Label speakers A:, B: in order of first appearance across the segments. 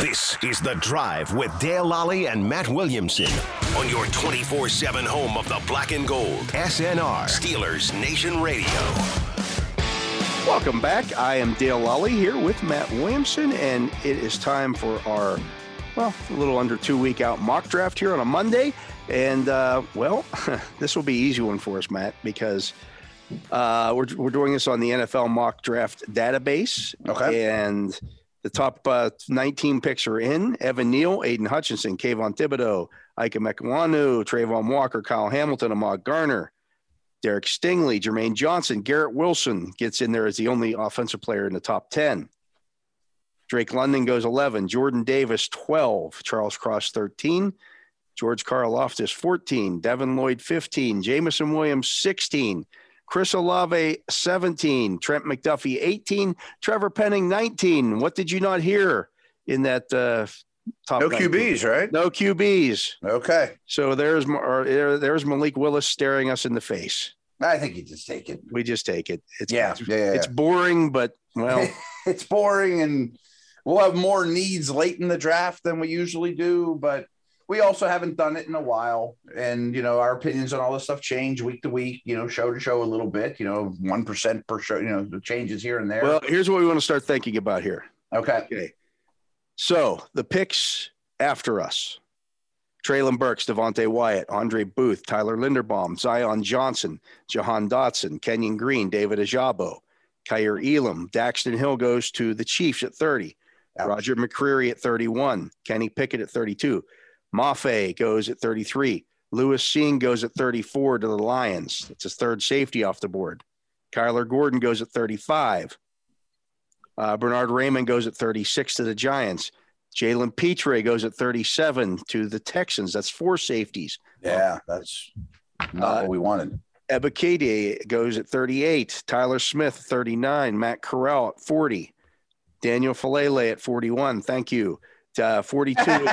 A: This is The Drive with Dale Lally and Matt Williamson on your 24 7 home of the black and gold. SNR, Steelers Nation Radio.
B: Welcome back. I am Dale Lally here with Matt Williamson, and it is time for our, well, a little under two week out mock draft here on a Monday. And, uh, well, this will be an easy one for us, Matt, because uh, we're, we're doing this on the NFL mock draft database.
C: Okay.
B: And the top uh, 19 picks are in Evan Neal, Aiden Hutchinson, Kayvon Thibodeau, Ike Mekwanu, Trayvon Walker, Kyle Hamilton, Ahmad Garner, Derek Stingley, Jermaine Johnson, Garrett Wilson gets in there as the only offensive player in the top 10. Drake London goes 11, Jordan Davis 12, Charles Cross 13, George Karloftis 14, Devin Lloyd 15, Jamison Williams 16, Chris Olave 17, Trent McDuffie 18, Trevor Penning 19. What did you not hear in that uh, top?
C: No
B: 19?
C: QBs, right?
B: No QBs.
C: Okay.
B: So there's Ma- or there, there's Malik Willis staring us in the face.
C: I think you just take it.
B: We just take it. It's
C: Yeah.
B: it's,
C: Yeah. yeah,
B: it's boring, but well,
C: it's boring and we'll have more needs late in the draft than we usually do but we also haven't done it in a while and you know our opinions on all this stuff change week to week you know show to show a little bit you know 1% per show you know the changes here and there
B: well, here's what we want to start thinking about here.
C: okay
B: Okay. So the picks after us. Traylon Burks, Devontae Wyatt, Andre Booth, Tyler Linderbaum, Zion Johnson, Jahan Dotson, Kenyon Green, David Ajabo, Kyer Elam, Daxton Hill goes to the Chiefs at 30,
C: Ouch.
B: Roger McCreary at 31, Kenny Pickett at 32, Mafe goes at 33, Lewis Seen goes at 34 to the Lions. That's his third safety off the board. Kyler Gordon goes at 35. Uh, Bernard Raymond goes at 36 to the Giants. Jalen Petre goes at 37 to the Texans. That's four safeties.
C: yeah that's not
B: Uh,
C: what we wanted
B: Ebikade goes at 38. Tyler Smith, 39. Matt Corral at 40. Daniel Falele at 41. Thank you. Uh, 42,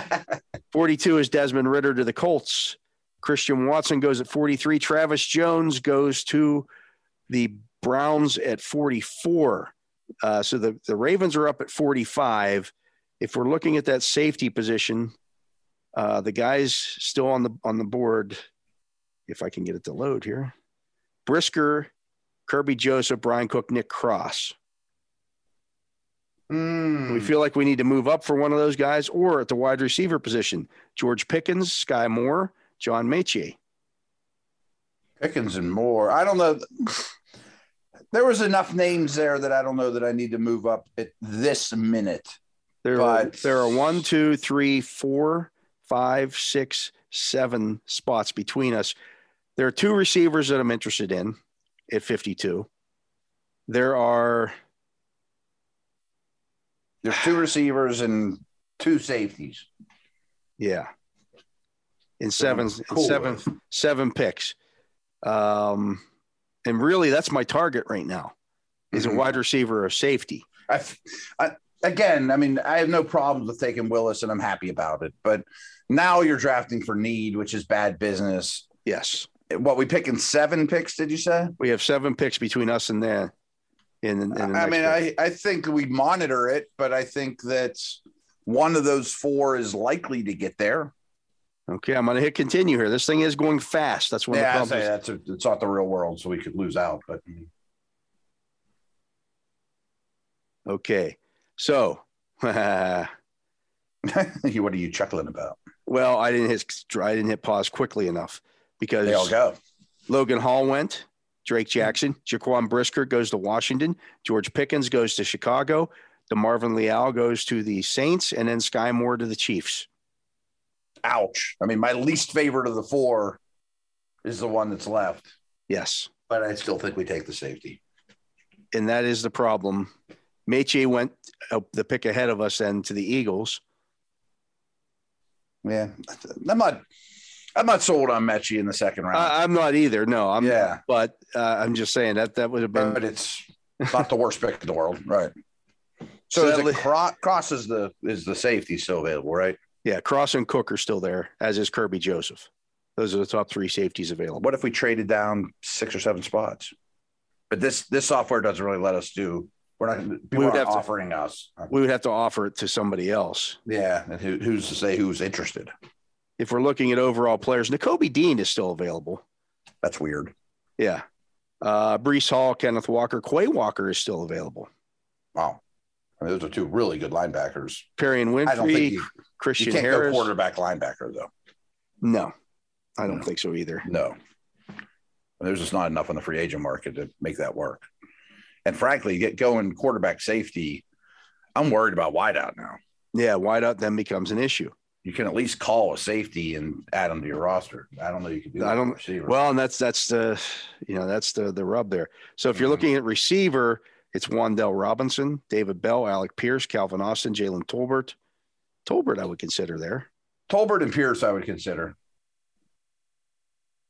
B: 42 is Desmond Ritter to the Colts. Christian Watson goes at 43. Travis Jones goes to the Browns at 44. Uh, so the, the Ravens are up at 45. If we're looking at that safety position, uh, the guys still on the on the board, if I can get it to load here, Brisker, Kirby Joseph, Brian Cook, Nick Cross. Do
C: Mm.
B: We feel like we need to move up for one of those guys, or at the wide receiver position, George Pickens, Sky Moore, John Mechie.
C: Pickens and more. I don't know. There was enough names there that I don't know that I need to move up at this minute.
B: There are,
C: But-
B: there are one, two, three, four, five, six, seven spots between us. There are two receivers that I'm interested in at 52. There are
C: There's two receivers and two safeties.
B: Yeah. In seven, in
C: Cool.
B: seven, seven picks. Um, and really, that's my target right now is a
C: Mhm.
B: wide receiver or safety.
C: I, I, again, I mean, I have no problems with taking Willis, and I'm happy about it. But now you're drafting for need, which is bad business.
B: Yes.
C: What we picking seven picks? Did you say?
B: We have seven picks between us and then. In, in the
C: I
B: next
C: mean,
B: round.
C: I, I think we monitor it, but I think that one of those four is likely to get there.
B: okay, I'm going to hit continue here. This thing is going fast. That's one
C: yeah, I
B: of the
C: say
B: problems.
C: that's a, it's not the real world, so we could lose out. But
B: Okay. So, well,
C: what are you chuckling about?
B: I didn't hit, I didn't hit pause quickly enough because
C: They all go.
B: Logan Hall went. Drake Jackson, Jaquan Brisker goes to Washington. George Pickens goes to Chicago. DeMarvin Leal goes to the Saints, and then Sky Moore to the Chiefs.
C: Ouch. I mean, my least favorite of the four is the one that's left,
B: Yes,
C: but I still think we take the safety.
B: and that is the problem. Meche went uh, the pick ahead of us, then to the Eagles.
C: Yeah, uh, I'm not. I'm not sold on Mechie in the second round,
B: I, I'm not either. No, I'm.
C: Yeah.
B: but uh, I'm just saying that that would have been.
C: but it's not the worst pick in the world, right?
B: So
C: So, is
B: that
C: it
B: li-
C: Cro- Cross is the is the safety still available, right?
B: yeah, Cross and Cook are still there, as is Kirby Joseph. Those are the top three safeties available.
C: What if we traded down six or seven spots? But this this software doesn't really let us do We're not people
B: would
C: aren't
B: have to-
C: offering us.
B: We would have to offer it to somebody else.
C: Yeah, and who, who's to say who's interested?
B: If we're looking at overall players, N'Kobe Dean is still available.
C: That's weird.
B: Yeah. Uh, Brees Hall, Kenneth Walker, Quay Walker is still available.
C: Wow, I mean, those are two really good linebackers.
B: Perry and
C: I don't think
B: Winfrey,
C: you, you
B: Christian
C: can't go
B: Harris.
C: quarterback linebacker though.
B: No, I don't
C: No.
B: think so either.
C: No. There's just not enough on the free agent market to make that work. And frankly, get going quarterback safety. I'm worried about wideout now.
B: Yeah, wide out then becomes an issue.
C: You can at least call a safety and add them to your roster. I don't know you can do that.
B: I don't-
C: with receiver.
B: Well, and that's that's the you know that's the the rub there. So if you're
C: Mhm.
B: looking at receiver, it's Wandell Robinson, David Bell, Alec Pierce, Calvin Austin, Jalen Tolbert. Tolbert, I would consider there.
C: Tolbert and Pierce, I would consider.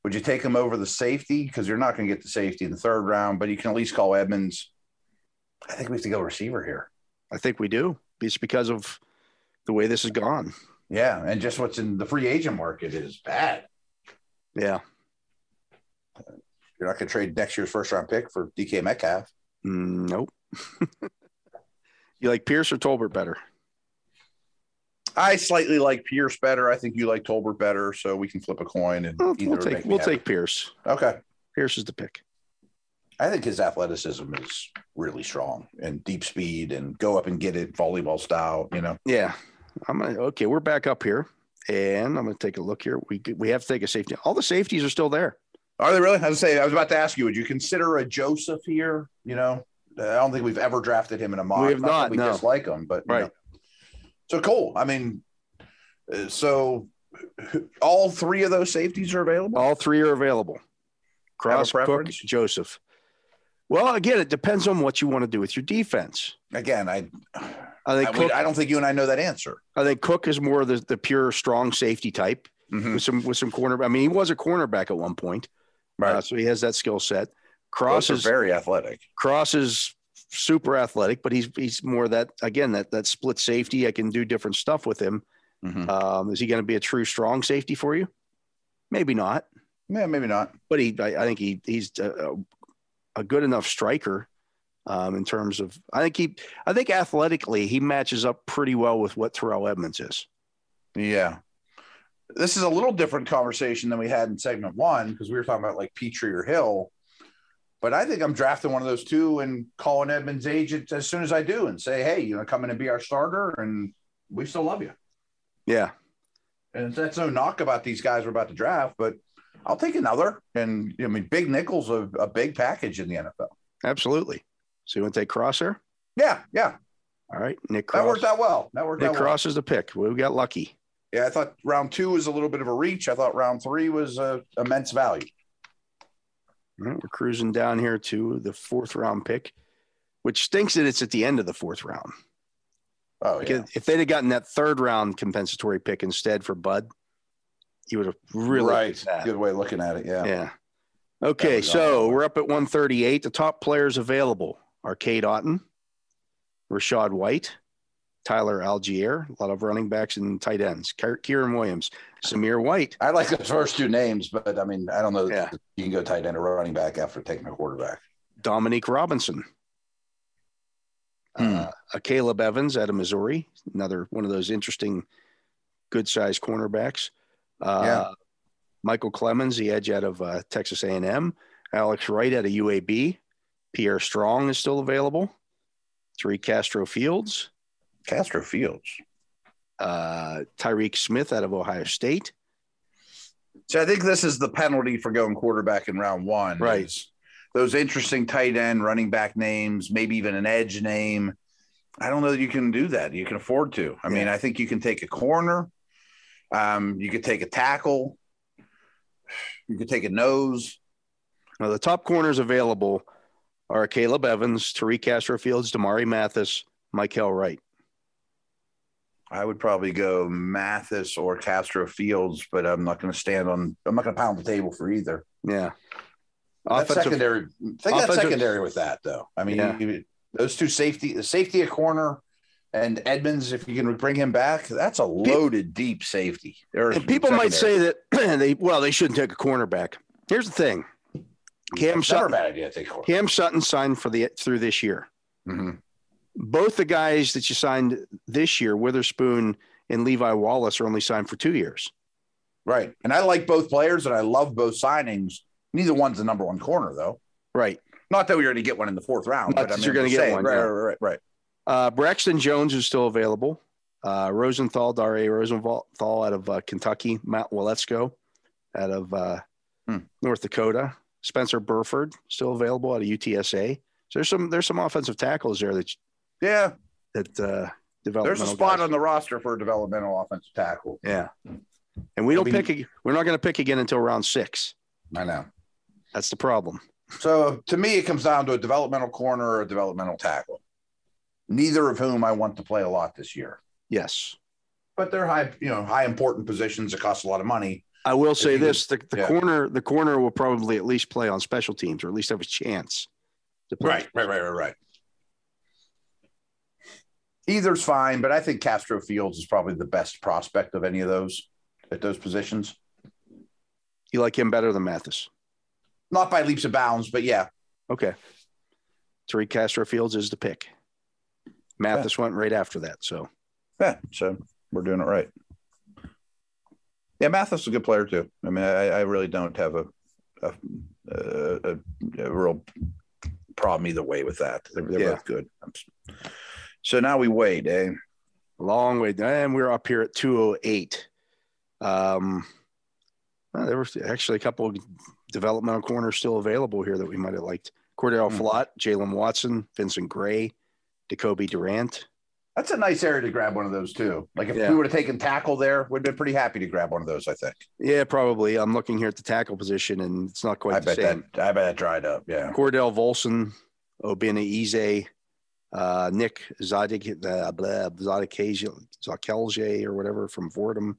C: Would you take him over the safety? Because you're not going to get the safety in the third round, but you can at least call Edmonds. I think we have to go receiver here.
B: I think we do. It's because of the way this has gone.
C: Yeah. And just what's in the free agent market is bad.
B: Yeah.
C: You're not going to trade next year's first round pick for DK Metcalf.
B: Mm, nope. you like Pierce or Tolbert better?
C: I slightly like Pierce better. I think you like Tolbert better, so we can flip a coin and
B: We'll,
C: either
B: we'll
C: would
B: take
C: make me
B: we'll
C: happy.
B: take Pierce.
C: Okay,
B: Pierce is the pick.
C: I think his athleticism is really strong and deep speed and go up and get it volleyball style. You know,
B: Yeah. I'm gonna, okay. We're back up here, and I'm going to take a look here. We we have to take a safety. All the safeties are still there.
C: are they really? I was say I was about to ask you, would you consider a Joseph here? You know, I don't think we've ever drafted him in a mock.
B: We have
C: that
B: not,
C: We
B: no.
C: dislike him, but you
B: Right.
C: know. So cool. I mean, uh, so all three of those safeties are available.
B: All three are available. Cross Cook,
C: preference?
B: Joseph. Well, again, it depends on what you want to do with your defense.
C: Again, I
B: I
C: I,
B: think
C: we,
B: Cook.
C: I don't think you and I know that answer.
B: I think Cook is more the, the pure strong safety type
C: Mhm.
B: with some with some corner. I mean, he was a cornerback at one point,
C: Right.
B: uh, so he has that skill set. Cross
C: Both are
B: is
C: very athletic.
B: Cross is super athletic, but he's he's more that again that that split safety. I can do different stuff with him.
C: Mm-hmm. Mm.
B: Um, is he going to be a true strong safety for you? Maybe not,
C: Yeah, maybe not.
B: but he I, I think he he's a, a good enough striker um, in terms of I think he I think athletically he matches up pretty well with what Terrell Edmonds is.
C: Yeah. This is a little different conversation than we had in segment one because we were talking about like Petrie or Hill. But I think I'm drafting one of those two and calling Edmonds' agent as soon as I do and say, hey, you know, come in and be our starter and we still love you.
B: Yeah,
C: And that's no knock about these guys we're about to draft, but I'll take another. And I mean, Big Nickel's a, a big package in the NFL.
B: absolutely. So you want to take Cross there?
C: Yeah, yeah.
B: All right, Nick
C: That worked
B: Cross.
C: out well. That worked
B: Nick
C: out well.
B: Cross is the pick. We got lucky.
C: Yeah, I thought round two was a little bit of a reach. I thought round three was uh, immense value.
B: All right, we're cruising down here to the fourth round pick, which stinks that it's at the end of the fourth round.
C: Oh, yeah.
B: Because If they'd have gotten that third round compensatory pick instead for Bud, you would have really
C: right.
B: that.
C: Good way of looking at it. Yeah.
B: Yeah.
C: That
B: Okay,
C: was
B: so
C: awesome.
B: we're up at 138. The top players available are Kate Otten, Rashad White, Tyler Algier, a lot of running backs and tight ends, Ke- Kieran Williams, Samir White.
C: I like those first two names, but I mean, I don't know.
B: Yeah.
C: that You can go tight end or running back after taking a quarterback.
B: Dominique Robinson,
C: Hmm.
B: uh, a Caleb Evans out of Missouri, another one of those interesting, good sized cornerbacks. Uh,
C: Yeah.
B: Michael Clemens, the edge out of uh, Texas A&M. Alex Wright out of UAB. Pierre Strong is still available. Three Castro Fields.
C: Castro Fields.
B: Uh, Tyreek Smith out of Ohio State.
C: So I think this is the penalty for going quarterback in round one.
B: Right.
C: is Those interesting tight end, running back names, maybe even an edge name. I don't know that you can do that. You can afford to. I mean, I think you can take a corner. Um, you could take a tackle. You could take a nose.
B: Now, the top corners available are Caleb Evans, Tariq Castro Fields, Damari Mathis, Michael Wright.
C: I would probably go Mathis or Castro Fields, but I'm not going to stand on. I'm not going to pound the table for either.
B: Yeah.
C: That's secondary. Think that's
B: offensive-
C: secondary with that though. I mean,
B: Yeah.
C: you- those two safety, the safety at corner, and Edmonds. If you can bring him back, that's a loaded deep safety. Or
B: And people might
C: secondary.
B: say that they well they shouldn't take a cornerback. Here's the thing: Cam
C: It's never a
B: Sutton,
C: bad idea to take corner.
B: Cam Sutton signed for the through this year.
C: Mhm.
B: Both the guys that you signed this year, Witherspoon and Levi Wallace, are only signed for two years.
C: Right. And I like both players and I love both signings. Neither one's the number one corner, though.
B: Right.
C: Not that we already get one in the fourth round,
B: Not
C: but I
B: that
C: mean,
B: you're gonna
C: I'm
B: get
C: saying,
B: one,
C: Right,
B: yeah.
C: right, right, right.
B: Uh, Braxton Jones is still available. Uh, Rosenthal, Daria Rosenthal out of uh, Kentucky. Matt Willetsko out of uh,
C: Hmm.
B: North Dakota. Spencer Burford still available out of UTSA. So there's some there's some offensive tackles there that
C: Yeah.
B: that uh,
C: There's
B: developmental
C: a spot
B: guys.
C: on the roster for a developmental offensive tackle.
B: yeah. And we
C: I
B: don't
C: mean-
B: pick. ag- We're not going to pick again until round six.
C: I know.
B: That's the problem.
C: So to me, it comes down to a developmental corner or a developmental tackle. Neither of whom I want to play a lot this year.
B: Yes.
C: But they're high, you know, high important positions that cost a lot of money.
B: I will say
C: you can-
B: this: the, the
C: yeah.
B: corner, the corner will probably at least play on special teams, or at least have a chance to play.
C: right, right, right, right. Either's fine, but I think Castro Fields is probably the best prospect of any of those at those positions.
B: You like him better than Mathis?
C: Not by leaps and bounds, but yeah,
B: Okay. Tariq Castro Fields is the pick. Mathis went right after that. So
C: Yeah, so we're doing it right. Yeah, Mathis is a good player too. I mean, I, I really don't have a a, a, a real problem either way with that. They're, they're
B: Yeah.
C: both good. So now we wait, eh?
B: long way. And we're up here at 208. Um, well, there were actually a couple of developmental corners still available here that we might have liked. Cordell
C: Hmm.
B: Flott, Jalen Watson, Vincent Gray, Jacoby Durant.
C: That's a nice area to grab one of those too. Like if
B: Yeah.
C: we would have taken tackle there, we'd been pretty happy to grab one of those. I think.
B: Yeah, probably. I'm looking here at the tackle position, and it's not quite
C: I
B: the
C: bet
B: same.
C: that. I bet that dried up. Yeah.
B: Cordell Volson, Obina Ize, uh, Nick Zadig, uh, blah, Zadikaj- Zakelje or whatever from Fordham,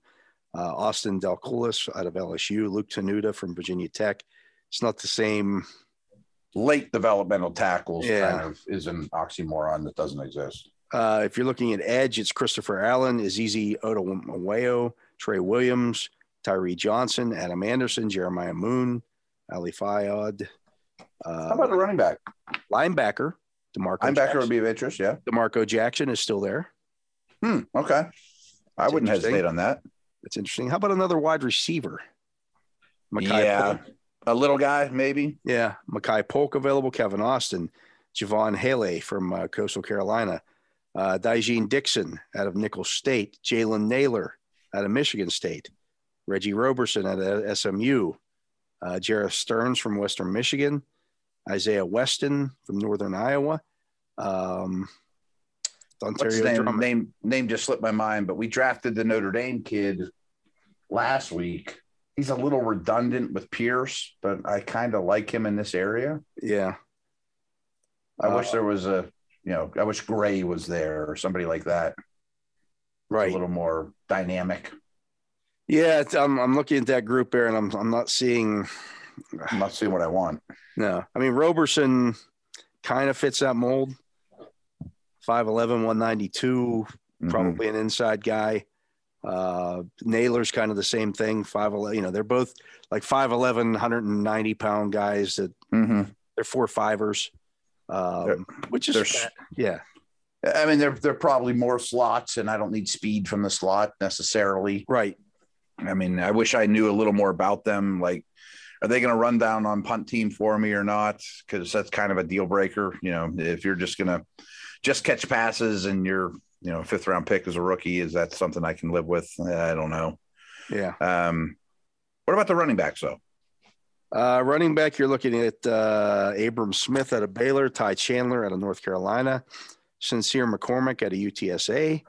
B: uh, Austin Delcoulis out of LSU, Luke Tanuda from Virginia Tech. It's not the same.
C: Late developmental tackles
B: Yeah.
C: kind of is an oxymoron that doesn't exist.
B: Uh, if you're looking at edge, it's Christopher Allen, Azizi Odomawayo, Trey Williams, Tyree Johnson, Adam Anderson, Jeremiah Moon, Ali Fayad,
C: How about
B: uh,
C: the running back?
B: linebacker, DeMarco
C: Linebacker would
B: Jackson.
C: be of interest. Yeah.
B: DeMarco Jackson is still there.
C: Hmm. Okay. I
B: That's
C: wouldn't
B: interesting.
C: hesitate on that.
B: That's interesting. How about another wide receiver?
C: yeah.
B: Polk.
C: A little guy, maybe.
B: Yeah. Makai Polk available. Kevin Austin. Javon Haley from uh, Coastal Carolina. Uh, Dygene Dixon out of Nichols State. Jalen Naylor out of Michigan State. Reggie Roberson out of SMU. Uh, Jarrett Stearns from Western Michigan. Isaiah Weston from Northern Iowa. Um,
C: What's
B: Ontario
C: his name?
B: Drummond.
C: name? Name just slipped my mind, but we drafted the Notre Dame kid last week. He's a little redundant with Pierce, but I kind of like him in this area.
B: Yeah.
C: I
B: Uh,
C: wish there was a, you know, I wish Gray was there or somebody like that, a
B: Right.
C: little more dynamic.
B: Yeah, it's- I'm, I'm looking at that group there, and I'm I'm not seeing.
C: I'm not seeing what I want.
B: No, I mean Roberson kind of fits that mold. 5'11", 192,
C: Mhm.
B: probably an inside guy. Uh, Naylor's kind of the same thing. 5'11", you know, they're both like 5'11", 190 pound guys that
C: Mhm.
B: they're four fivers, um,
C: They're-
B: which is
C: they're s-
B: yeah,
C: I mean, they're they're probably more slots, and I don't need speed from the slot necessarily.
B: right.
C: I mean, I wish I knew a little more about them. Like, are they going to run down on punt team for me or not? Because that's kind of a deal breaker. You know, if you're just going to just catch passes and your you know fifth round pick as a rookie, is that something I can live with? I don't know.
B: Yeah.
C: Um, what about the running backs though?
B: Uh, running back, you're looking at uh, Abram Smith out of Baylor, Ty Chandler out of North Carolina, Sincere McCormick out of UTSA,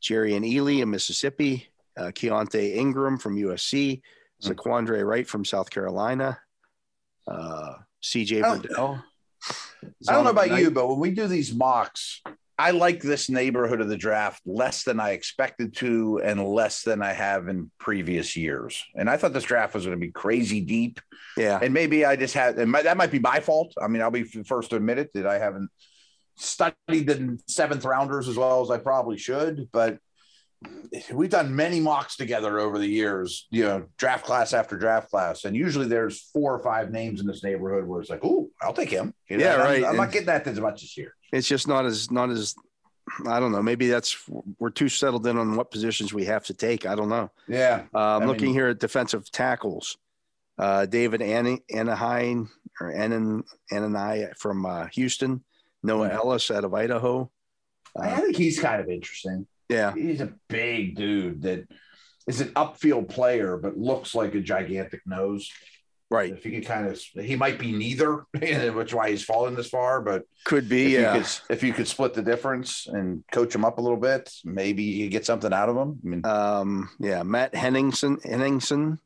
B: Jerry and Ely in Mississippi, uh, Keontae Ingram from USC,
C: Hmm.
B: Zaquandre Wright from South Carolina, uh, CJ
C: I don't-
B: Verdell.
C: I don't know about
B: Zonovan
C: you, but when we do these mocks, I like this neighborhood of the draft less than I expected to and less than I have in previous years. And I thought this draft was going to be crazy deep.
B: Knight. Yeah.
C: and maybe I just had and my, that might be my fault. I mean, I'll be the first to admit it that I haven't studied the seventh rounders as well as I probably should, but we've done many mocks together over the years, you know, draft class after draft class. And usually there's four or five names in this neighborhood where it's like, oh, I'll take him. You know,
B: Yeah,
C: and I'm-
B: right.
C: I'm,
B: And-
C: not getting that as much this year.
B: It's just not as not as I don't know. Maybe that's we're too settled in on what positions we have to take. I don't know.
C: Yeah.
B: Uh, I'm
C: I
B: looking
C: mean-
B: here at defensive tackles. Uh, David An- Anaheim or Anan Anani from uh, Houston. Noah
C: Hmm.
B: Ellis out of Idaho.
C: I
B: Uh,
C: think he's kind of interesting.
B: yeah,
C: He's a big dude that is an upfield player, but looks like a gigantic nose.
B: right.
C: If he could kind of, he might be neither, which is why he's fallen this far, but
B: Could
C: if
B: be.
C: you
B: Yeah.
C: could if you could split the difference and coach him up a little bit, maybe you get something out of him. I mean,
B: Um, yeah. Matt Henningsen Henningsen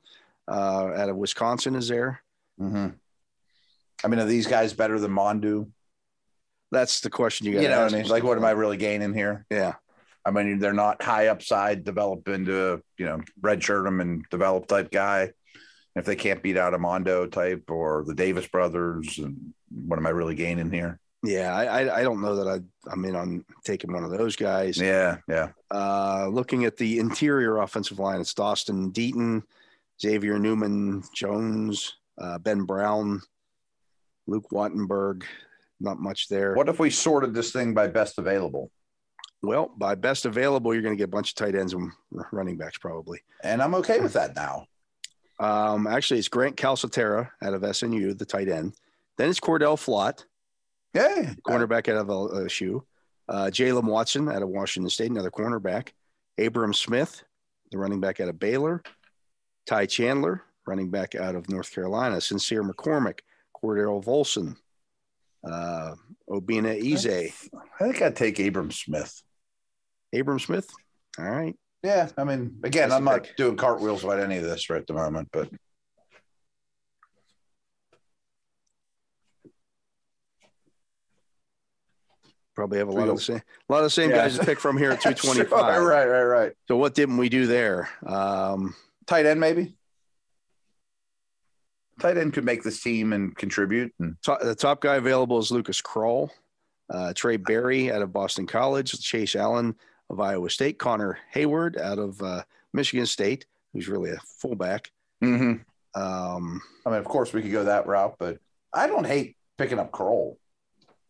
B: uh, out of Wisconsin is there.
C: mhm. I mean, are these guys better than Mondu?
B: That's the question you
C: You,
B: got.
C: know, what I mean? like what am I really gaining here?
B: Yeah.
C: I mean, they're not high upside, develop into you know redshirt them and develop type guy. If they can't beat out a Mondo type or the Davis brothers, and what am I really gaining here?
B: Yeah. I, I, I don't know that I, I'm in on taking one of those guys.
C: Yeah, yeah.
B: Uh, looking at the interior offensive line, it's Dawson Deaton, Xavier Newman Jones, uh, Ben Brown, Luke Wattenberg. Not much there.
C: What if we sorted this thing by best available?
B: Well, by best available, you're going to get a bunch of tight ends and r- running backs probably.
C: And I'm okay with that now.
B: Um, actually, it's Grant Calcaterra out of SNU, the tight end. Then it's Cordell Flott,
C: Yeah,
B: cornerback out of LSU. Uh, Jalen Watson out of Washington State, another cornerback. Abram Smith, the running back out of Baylor. Ty Chandler, running back out of North Carolina. Sincere McCormick, Cordero Volson, uh, Obina Ize,
C: I think I'd take Abram Smith.
B: Abram Smith. All right.
C: Yeah, I mean, again,
B: That's
C: I'm
B: a
C: not
B: pick.
C: doing cartwheels about any of this right at the moment, but
B: Probably have a
C: We
B: lot
C: go-
B: of the same, a lot of the same
C: Yeah.
B: guys to pick from here at 225.
C: Sure, right, right, right.
B: So what didn't we do there? Um,
C: Tight end, maybe. Tight end could make this team and contribute. And
B: to- the top guy available is Lucas Kroll, uh, Trey Berry out of Boston College, Chase Allen of Iowa State, Connor Hayward out of uh, Michigan State, who's really a fullback. Mm-hmm.
C: Mhm.
B: Um,
C: I mean, of course, we could go that route, but I don't hate picking up Kroll.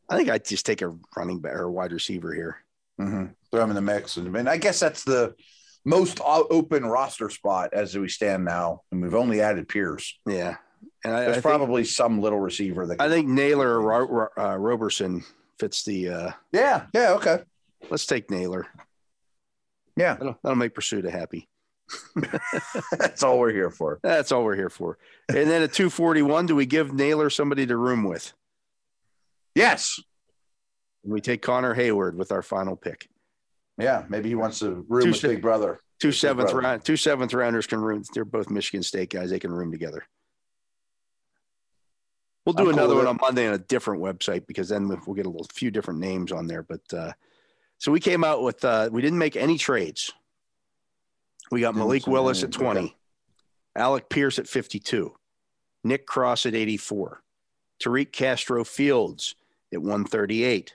B: I think I'd just take a running back or a wide receiver here.
C: Mm-hmm. Throw him in the mix, and I mean, I guess that's the most o- open roster spot as we stand now, and we've only added Pierce.
B: Yeah, and I, I
C: There's
B: think,
C: probably some little receiver that.
B: I think Naylor or Ro- Ro- uh, Roberson fits the. Uh,
C: yeah, yeah, okay,
B: let's take Naylor.
C: yeah.
B: That'll, that'll make Pursuta happy.
C: that's all we're here for.
B: That's all we're here for. And then at 241, do we give Naylor somebody to room with?
C: Yes.
B: And we take Connor Hayward with our final pick.
C: Yeah, maybe he wants to room with
B: Tuesday.
C: Big Brother.
B: Two seventh
C: brother.
B: round, two seventh rounders can room. They're both Michigan State guys. They can room together. We'll do
C: I'm cool
B: another
C: with
B: one
C: it.
B: on Monday on a different website because then we'll get a little, few different names on there. But uh, so we came out with uh, we didn't make any trades. We got
C: Didn't
B: Malik
C: see
B: Willis
C: any.
B: at twenty,
C: Okay.
B: Alec Pierce at fifty-two, Nick Cross at eighty-four, Tariq Castro Fields at one thirty-eight,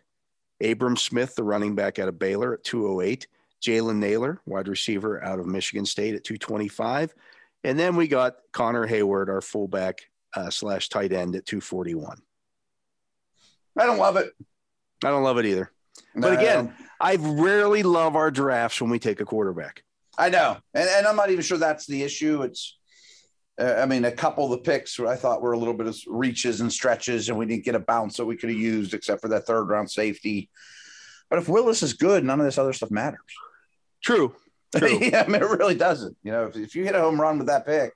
B: Abram Smith, the running back out of Baylor, at two hundred eight. Jalen Naylor, wide receiver out of Michigan State at 225. And then we got Connor Hayward, our fullback uh, slash tight end at 241.
C: I don't love it.
B: I don't love it either.
C: No,
B: But again, I rarely love our drafts when we take a quarterback.
C: I know, and, and I'm not even sure that's the issue. It's, uh, I mean, a couple of the picks I thought were a little bit of reaches and stretches, and we didn't get a bounce that we could have used except for that third round safety. But if Willis is good, none of this other stuff matters.
B: True. True.
C: yeah, I mean, it really doesn't. You know, if, if you hit a home run with that pick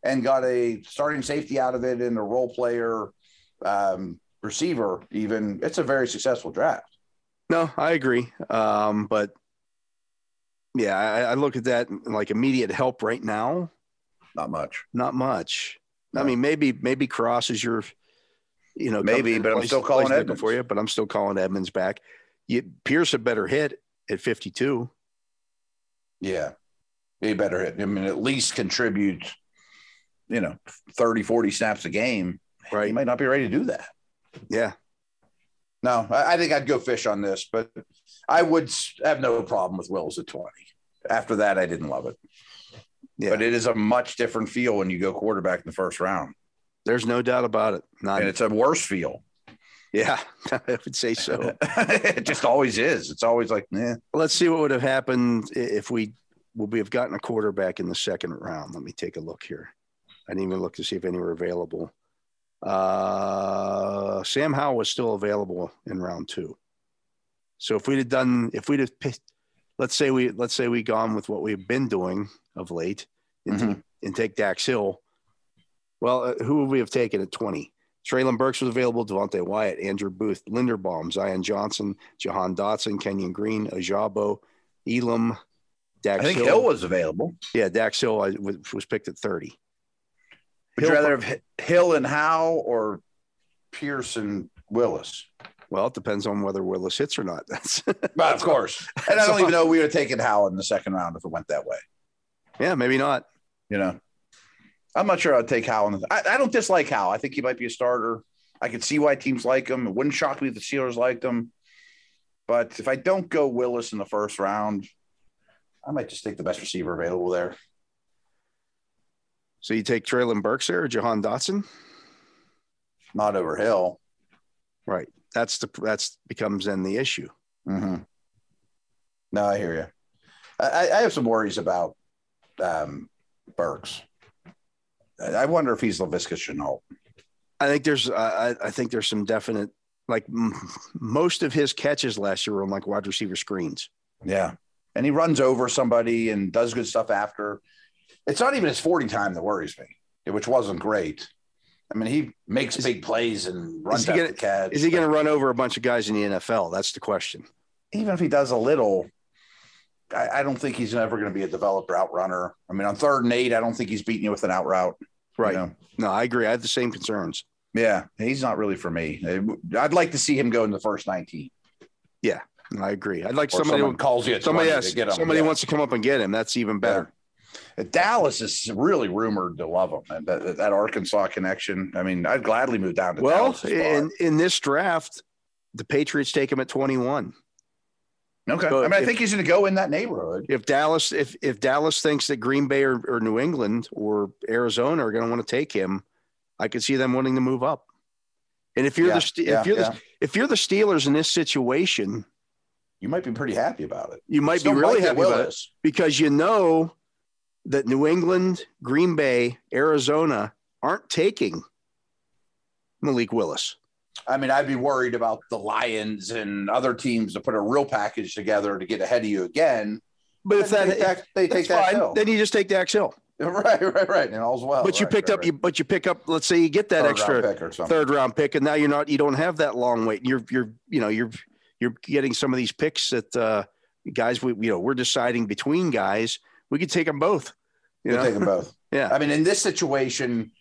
C: and got a starting safety out of it and a role player, um, receiver, even it's a very successful draft.
B: No, I agree. Um, but yeah, I, I look at that like immediate help right now.
C: Not much.
B: Not much. I
C: No.
B: mean, maybe maybe Cross is your, you know,
C: Maybe,
B: comes-
C: but I'm
B: plays-
C: still calling
B: plays nickel
C: Edmonds.
B: for you. But I'm still calling Edmonds back. You, Pierce a better hit at 52.
C: Yeah. He better hit. I mean, at least contribute, you know, 30, 40 snaps a game. He
B: Right.
C: might not be ready to do that.
B: Yeah.
C: No, I, I think I'd go fish on this, but I would s- have no problem with Wills at 20. After that, I didn't love it.
B: Yeah.
C: But it is a much different feel when you go quarterback in the first round,
B: There's no doubt about it. Not,
C: and it's a worse feel.
B: yeah, I would say so.
C: it just always is. It's always like, eh.
B: Let's see what would have happened i- if we would we have gotten a quarterback in the second round. Let me take a look here. I didn't even look to see if any were available. Uh, Sam Howell was still available in round two. So if we'd have done, if we'd have picked, let's say we let's say we gone with what we've been doing of late and,
C: Mhm.
B: and take Dax Hill. Well, uh, who would we have taken at twenty? Traylon Burks was available, Devontae Wyatt, Andrew Booth, Linderbaum, Zion Johnson, Jahan Dotson, Kenyon Green, Ajabo, Elam, Dax
C: I think
B: Hill.
C: Hill was available.
B: yeah, Dax Hill I, was, was picked at 30.
C: Would you
B: Hill-
C: rather have Hi- Hill and Howe or Pierce and Willis?
B: Well, it depends on whether Willis hits or not. That's
C: But of course. And I don't even know we would have taken Howe in the second round if it went that way.
B: yeah, maybe not.
C: You know, I'm not sure I'd take Howe. In the, I, I don't dislike Howe. I think he might be a starter. I could see why teams like him. It wouldn't shock me if the Steelers liked him. But if I don't go Willis in the first round, I might just take the best receiver available there.
B: So you take Traylon Burks there or Jahan Dotson?
C: Not over Hill.
B: Right. That's the that's becomes then the issue.
C: hmm No, I hear you. I, I- I have some worries about um, Burks. I I wonder if he's LaVisca Chenault.
B: I think there's I, I- I think there's some definite like m- most of his catches last year were on like wide receiver screens.
C: Yeah. And he runs over somebody and does good stuff after. It's not even his 40 time that worries me, which wasn't great. I mean, he makes
B: Is-
C: big plays and runs
B: is he
C: after
B: gonna-
C: catch.
B: Is he going to run over a bunch of guys in the NFL? That's the question.
C: even if he does a little, I, I don't think he's ever going to be a developed route runner. I mean, on third and eight, I don't think he's beating you with an out route. you
B: Right.
C: know?
B: No, I agree. I have the same concerns.
C: Yeah, he's not really for me. I'd like to see him go in the first 19.
B: No, I agree. I'd like
C: Or
B: somebody
C: someone calls you at
B: somebody
C: 20
B: else,
C: to get him.
B: somebody
C: Yeah.
B: wants to come up and get him. That's even better.
C: Yeah. Dallas is really rumored to love him. And that, that Arkansas connection. I mean, I'd gladly move down to
B: Well,
C: Dallas. as far.
B: in in this draft, the Patriots take him at 21.
C: okay.
B: so
C: I mean, I
B: if-
C: think he's going to go in that neighborhood.
B: If Dallas, if if Dallas thinks that Green Bay or, or New England or Arizona are going to want to take him, I could see them wanting to move up. And if you're
C: Yeah,
B: the Ste-
C: yeah,
B: if you're
C: yeah.
B: the if you're the Steelers in this situation,
C: You might be pretty happy about it.
B: you might
C: Still
B: be really
C: Mike
B: happy about it.
C: Willis.
B: because you know that New England, Green Bay, Arizona aren't taking Malik Willis.
C: I mean, I'd be worried about the Lions and other teams to put a real package together to get ahead of you again.
B: But if that,
C: they take that, they
B: that's
C: take that
B: fine,
C: hill.
B: then you just take Dax Hill.
C: right, right, right. And all's well.
B: but you
C: Right,
B: picked
C: right,
B: up
C: right.
B: you but you pick up let's say you get that
C: Third round
B: extra
C: pick or something.
B: third round pick and now you're not you don't have that long wait. You're you're you know you're you're getting some of these picks that uh guys we you know we're deciding between guys. We could take them both. You
C: We'll
B: know?
C: take them both.
B: Yeah.
C: I mean, in this situation,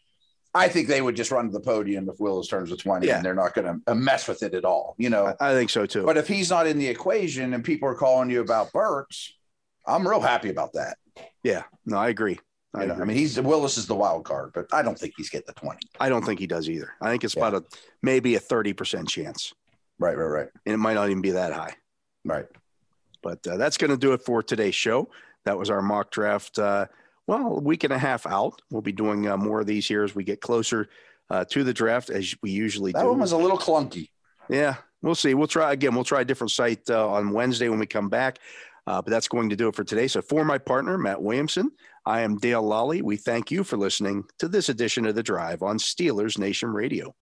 C: I think they would just run to the podium if Willis turns to 20
B: Yeah.
C: and they're not going to mess with it at all, you know.
B: I, I think so too.
C: but if he's not in the equation and people are calling you about Burks, I'm real happy about that.
B: yeah. No, I agree. I,
C: You know, I
B: agree.
C: mean, he's Willis is the wild card, but I don't think he's getting the 20.
B: I don't think he does either. I think it's
C: Yeah.
B: about a maybe a thirty percent chance,
C: Right, right, right,
B: and it might not even be that high.
C: right.
B: But uh, that's going to do it for today's show. That was our mock draft. Uh, well, a week and a half out. We'll be doing uh, more of these here as we get closer uh, to the draft, as we usually
C: That
B: do.
C: one was a little clunky.
B: Yeah, we'll see. We'll try again. We'll try a different site uh, on Wednesday when we come back. Uh, but that's going to do it for today. So, for my partner, Matt Williamson, I am Dale Lally. We thank you for listening to this edition of The Drive on Steelers Nation Radio.